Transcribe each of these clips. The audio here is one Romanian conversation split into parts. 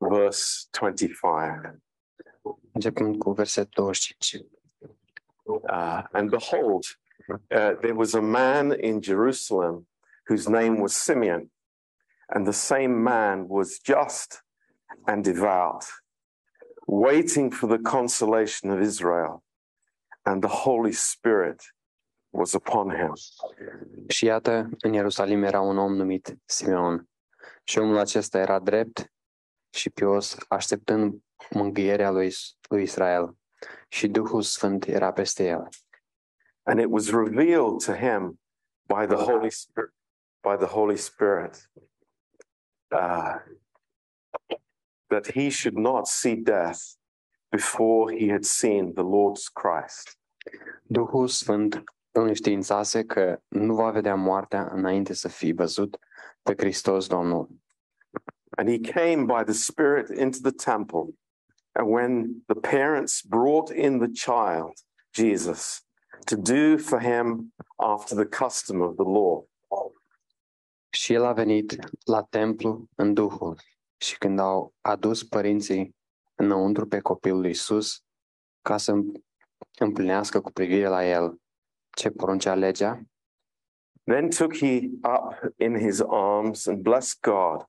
verse 25. Începând cu versetul 25. Uh, and behold, uh, there was a man in Jerusalem whose name was Simeon, and the same man was just and devout, waiting for the consolation of Israel, and the Holy Spirit was upon him. Și iată, în Ierusalim era un om numit Simeon. Și omul acesta era drept și pios, așteptând mângâierea lui, Is- lui Israel. Și Duhul Sfânt era peste el. And it was revealed to him by the Holy Spirit. By the Holy Spirit, uh, that he should not see death before he had seen the Lord's Christ. Duhul Sfânt îl înștiințase că nu va vedea moartea înainte să fi văzut pe Hristos Domnul. And he came by the Spirit into the temple. And when the parents brought in the child, Jesus, to do for him after the custom of the law, Și el a venit la templu în Duhul. Și când au adus părinții înăuntru pe copilul lui Iisus, ca să împlinească cu privire la el ce poruncea legea, then took he up in his arms and blessed God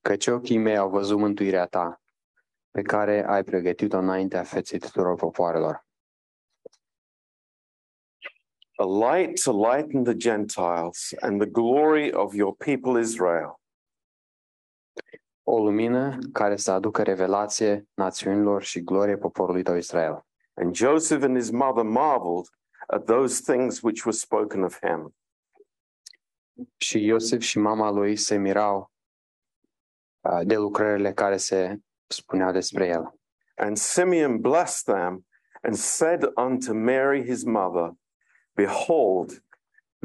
Căci ochii mei au văzut mântuirea ta, pe care ai pregătit-o înaintea feței tuturor popoarelor. a light to lighten the Gentiles and the glory of your people Israel. O lumină care să aducă revelație națiunilor și glorie poporului tău Israel. And Joseph and his mother marveled at those things which were spoken of him. Și Iosif și mama lui se mirau uh, de lucrările care se spuneau despre el. And Simeon blessed them and said unto Mary his mother, Behold,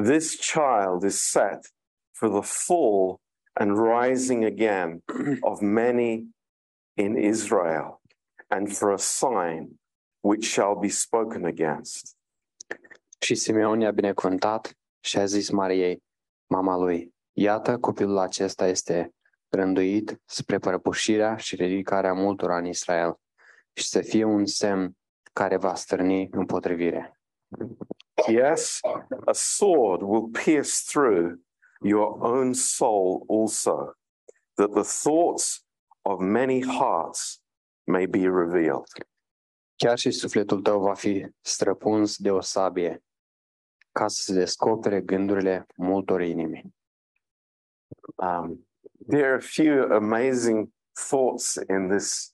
this child is set for the fall and rising again of many in Israel, and for a sign which shall be spoken against. Și Simeon i-a binecuvântat și a zis Mariei, mama lui, Iată, copilul acesta este rânduit spre prăbușirea și ridicarea multora în Israel și să fie un semn care va stârni împotrivire. Yes, a sword will pierce through your own soul also, that the thoughts of many hearts may be revealed. Chiar și sufletul tău va fi străpuns de o sabie, ca să se descopere gândurile multor inimi. Um, there are a few amazing thoughts in this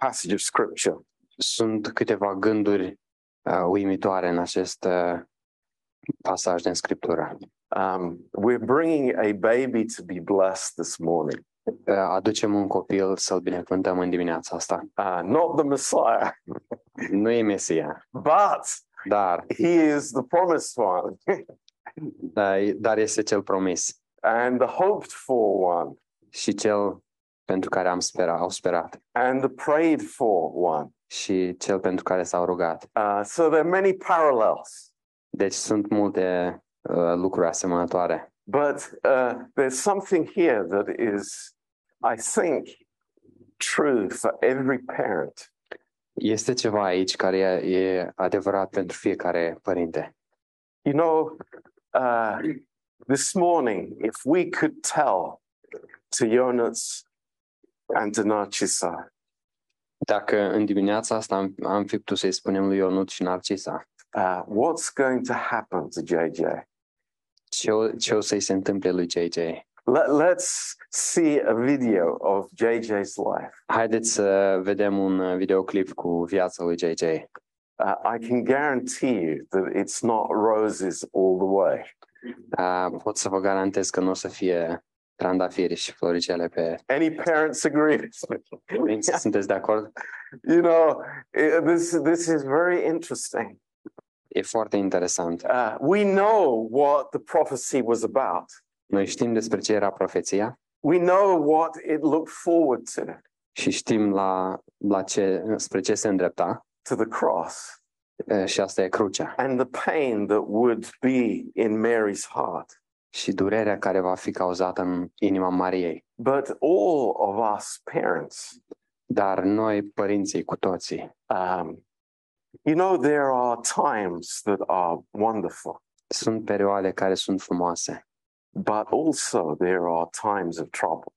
passage of scripture. Sunt câteva gânduri uh, uimitoare în acest uh, pasaj din Scriptură. Um, we're bringing a baby to be blessed this morning, Uh, aducem un copil să-l binecuvântăm în dimineața asta. uh, not the Messiah, Nu e Mesia, but dar, he is the promised one uh, dar este cel promis and the hoped for one și cel pentru care am sperat, au sperat and the prayed for one. și cel pentru care s-au rugat. Uh, so there are many parallels, Deci sunt multe uh, lucruri asemănătoare, but uh, there's something here that is, I think, true for every parent. este ceva aici care e, e adevărat pentru fiecare părinte. You know, uh, this morning, if we could tell to Jonas and to Narcissa, Dacă în dimineața asta am, am fi putut să-i spunem lui Ionut și Narcisa uh, what's going to happen to JJ? ce o, ce o să-i se întâmple lui JJ, Let, let's see a video of JJ's life. haideți să vedem un uh, videoclip cu viața lui JJ. Uh, I can guarantee you that it's not roses all the way. Uh, pot să vă garantez că nu o să fie trandafiri și floricele pe... Any parents agree with me? Părinți, Sunteți de acord? You know, it- this, this is very interesting. E foarte interesant. Uh, we know what the prophecy was about, Noi știm despre ce era profeția we know what it looked forward to, și știm la, la ce, spre ce se îndrepta to the cross e, și asta e crucea and the pain that would be in Mary's heart. și durerea care va fi cauzată în inima Mariei. But all of us parents, Dar noi, părinții, cu toții, um, you know, there are times that are wonderful, sunt perioade care sunt frumoase, but also there are times of trouble.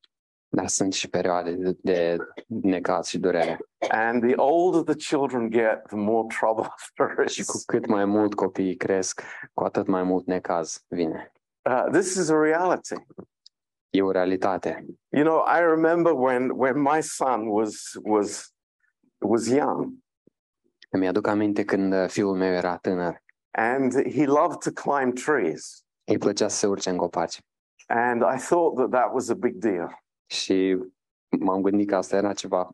dar sunt și perioade de, de necaz și durere. And the older the children get, the more trouble there Și cu is. cât mai mult copiii cresc, cu atât mai mult necaz vine. Uh, this is a reality. E o realitate. You know, I remember when when my son was was was young, Îmi aduc aminte când uh, fiul meu era tânăr. and he loved to climb trees, Îi plăcea să se urce în copaci. and I thought that that was a big deal. Și m-am gândit că asta era ceva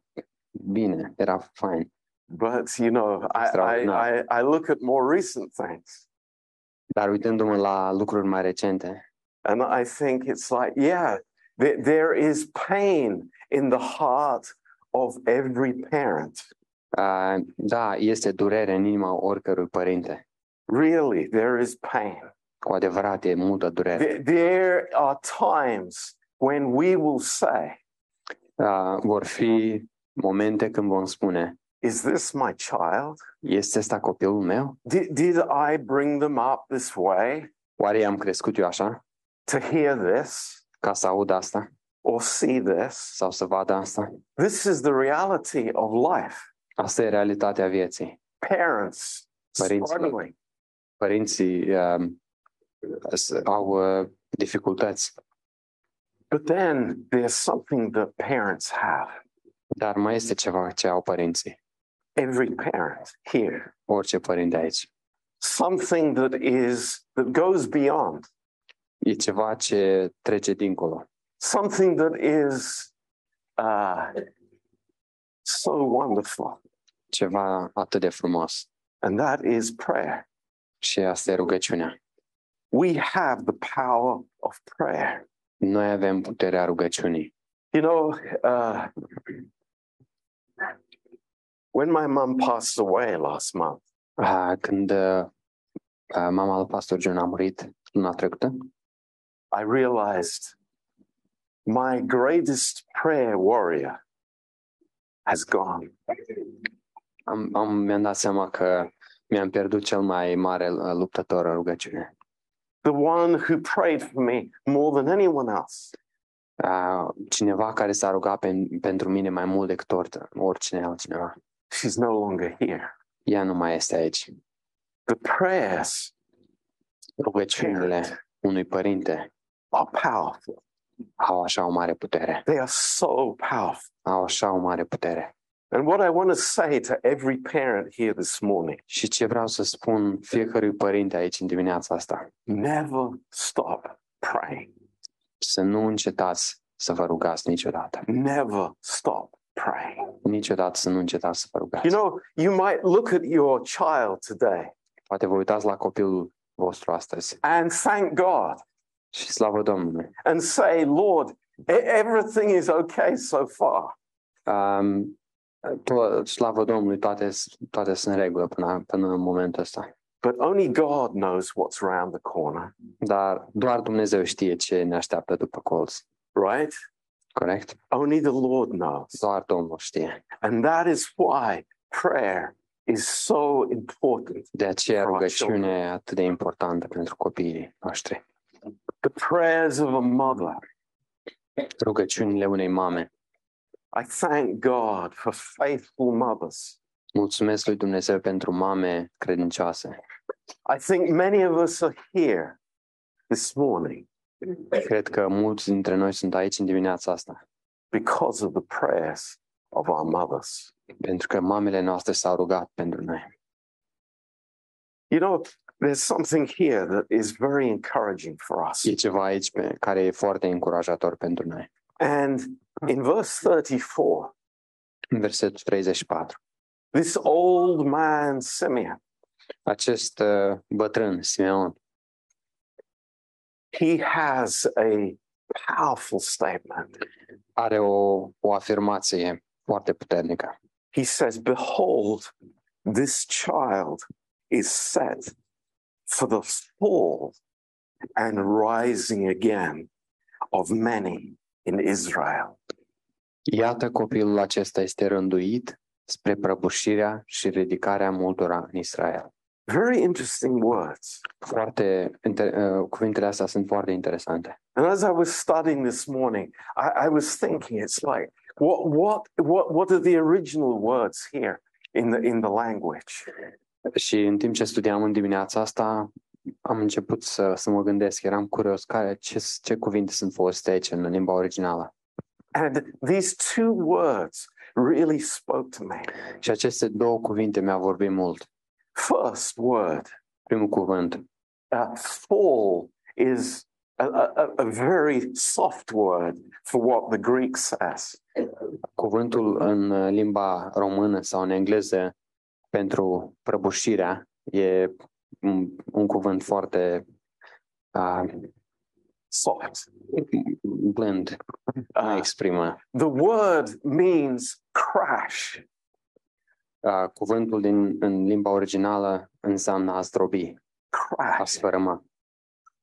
bine, era fain. But you know, I I, I, Extraordinary. I look at more recent things, Dar uitându-mă la lucruri mai recente, and I think it's like, yeah, there, there is pain in the heart of every parent. uh, da, este durere în inima oricărui părinte. Really, there is pain. Cu adevărat, e multă durere. There, there are times when we will say, Uh, vor fi momente când vom spune, "Is this my child?" este ăsta copilul meu? Did, did I bring them up this way Oare i-am crescut eu așa to hear this ca să aud asta or see this? sau să vadă asta? This is the reality of life. Asta e realitatea vieții. Parents Părinților. struggling. Părinții uh, s- au uh, dificultăți, But then there's something that parents have. dar mai este ceva ce au părinții, Every parent here. orice părinte aici. Something that is that goes beyond. E ceva ce trece dincolo, Something that is uh, so wonderful, ceva atât de frumos. and that is prayer. Și asta e rugăciunea. We have the power of prayer. Noi avem puterea rugăciunii. You know, uh, when my mom passed away last month, Ah, Când uh, mama lui pastor John a murit luna trecută, I realized my greatest prayer warrior has gone. am, am, mi-am dat seama că mi-am pierdut cel mai mare uh, luptător în rugăciune. The one who prayed for me more than anyone else. Uh, Cineva care s-a rugat pen, pentru mine mai mult decât or, oricine altcineva. She's no longer here. Ea nu mai este aici. The prayers Rugăciunile unui părinte are powerful. au așa o mare putere. They are so powerful. Au așa o mare putere. And what I want to say to every parent here this morning Și ce vreau să spun fiecărui părinte aici în dimineața asta, never stop praying. să nu încetați să vă rugați niciodată. Never stop praying. Niciodată să nu încetați să vă rugați. You know, you might look at your child today Poate vă uitați la copilul vostru astăzi and thank God și slavă Domnului. and say, Lord, e- everything is okay so far. Um, to- slavă Domnului, toate, toate sunt în regulă până, până în momentul ăsta. But only God knows what's around the corner, Dar doar Dumnezeu știe ce ne așteaptă după colț, right? corect? Only the Lord knows. Doar Domnul știe. And that is why prayer is so important. De aceea Frumos. rugăciunea e atât de importantă pentru copiii noștri. The prayers of a mother. Rugăciunile unei mame. I thank God for faithful mothers. Mulțumesc lui Dumnezeu pentru mame credincioase. I think many of us are here this morning Cred că mulți dintre noi sunt aici în dimineața asta because of the prayers of our mothers. pentru că mamele noastre s-au rugat pentru noi. You know, there's something here that is very encouraging for us. E ceva aici pe, care e foarte încurajator pentru noi. And in verse 34, În versetul 34. this old man Simeon, Acest uh, bătrân, Simeon, he has a powerful statement. are o, o afirmație foarte puternică. He says, Behold, this child is set for the fall and rising again of many in Israel. Iată, copilul acesta este rânduit spre prăbușirea și ridicarea multora în Israel. Very interesting words. Foarte, inter, uh, cuvintele astea sunt foarte interesante. And as I was studying this morning, I, I was thinking, it's like, what, what, what, what are the original words here in the, in the language? Și în timp ce studiam în dimineața asta, am început să, să mă gândesc, eram curios care, ce, ce cuvinte sunt folosite aici în limba originală. And these two words really spoke to me. Și aceste două cuvinte mi-au vorbit mult. First word, Primul cuvânt, uh, fall, is a, a, a- a very soft word for what the Greek says. cuvântul în uh, limba română sau în engleză pentru prăbușirea e un, un cuvânt foarte uh, Soft. blând, nu Uh, exprimă. the word means crash. Uh, cuvântul din, în limba originală înseamnă a zdrobi, a Crash. sfărâma,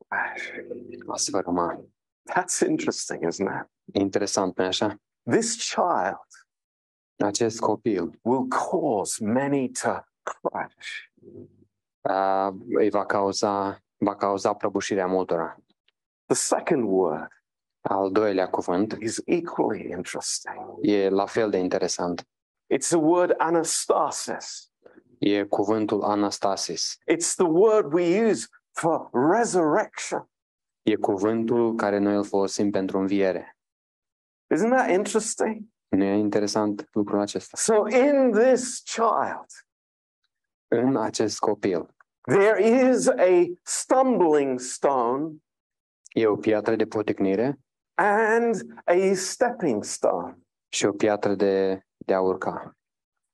crash. a sfărâma. That's interesting, isn't it? E Interesant, nu așa? This child Acest copil will cause many to crash. uh, îi va cauza, va cauza prăbușirea multora. The second word Al doilea cuvânt is equally interesting. e la fel de interesant. It's the word anastasis. E cuvântul anastasis. It's the word we use for resurrection. E cuvântul care noi îl folosim pentru înviere. Isn't that interesting? Nu e interesant lucrul acesta? So, in this child, În acest copil there is a stumbling stone e o piatră de poticnire and a stepping stone. și o piatră de, de a urca.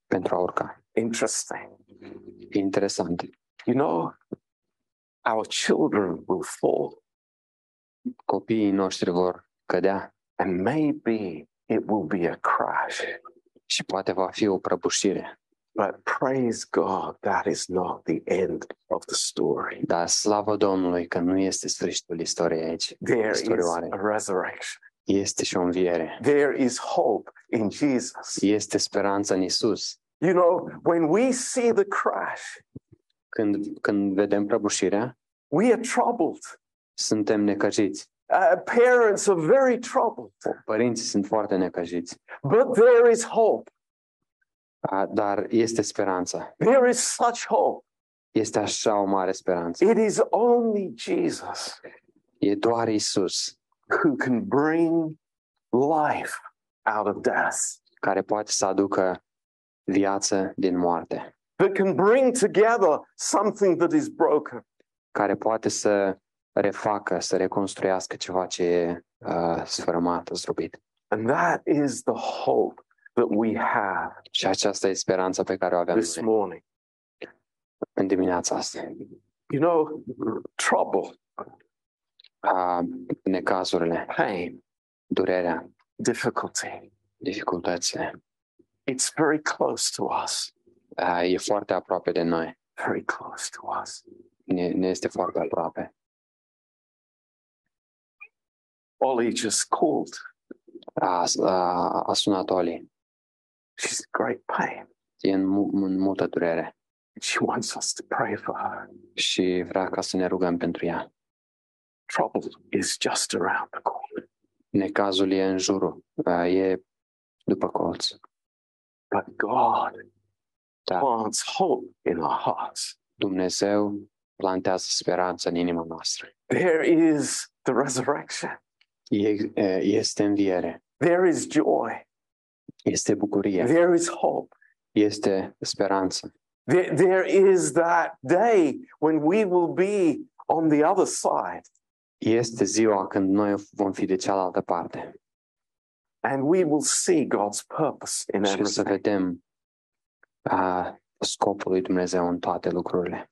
Pentru a urca. Interesting. E interesant. You know, our children will fall, Copiii noștri vor cădea and maybe it will be a crash. și poate va fi o prăbușire. But praise God, that is not the end of the story. Dar slavă Domnului că nu este sfârșitul istoriei aici. There is Storioare. a resurrection. Este și o înviere. There is hope in Jesus. Este speranță în Isus. You know, when we see the crash, Când, când vedem prăbușirea, we are troubled. suntem necăjiți. Uh, parents are very troubled, Părinții sunt foarte necăjiți. but there is hope. A, Dar este speranța. There is such hope. Este așa o mare speranță. It is only Jesus E doar Isus who can bring life out of death, care poate să aducă viață din moarte, that can bring together something that is broken. care poate să refacă, să reconstruiască ceva ce e uh, sfârmat, zdrobit. And that is the hope that we have Și aceasta e speranța pe care o avem this noi morning. în dimineața asta. You know, trouble, Uh, necazurile, pain, durerea, difficulty, dificultățile, it's very close to us. uh, e foarte aproape de noi, very close to us. ne, ne este foarte aproape. Ollie just called. A, a, a sunat Oli, She's in great pain. e în, mu- în multă durere. She wants us to pray for her. și vrea ca să ne rugăm pentru ea. Trouble is just around the corner, Necazul e în jurul, uh, e după colț, but God Da. plants hope in our hearts. Dumnezeu plantează speranță în inima noastră. There is the resurrection. E, e- este înviere, There is joy. este bucurie, There is hope. este speranță. There, there is that day when we will be on the other side Este ziua când noi vom fi de cealaltă parte and we will see God's purpose in și o să uh, everything. vedem a, scopul lui Dumnezeu în toate lucrurile.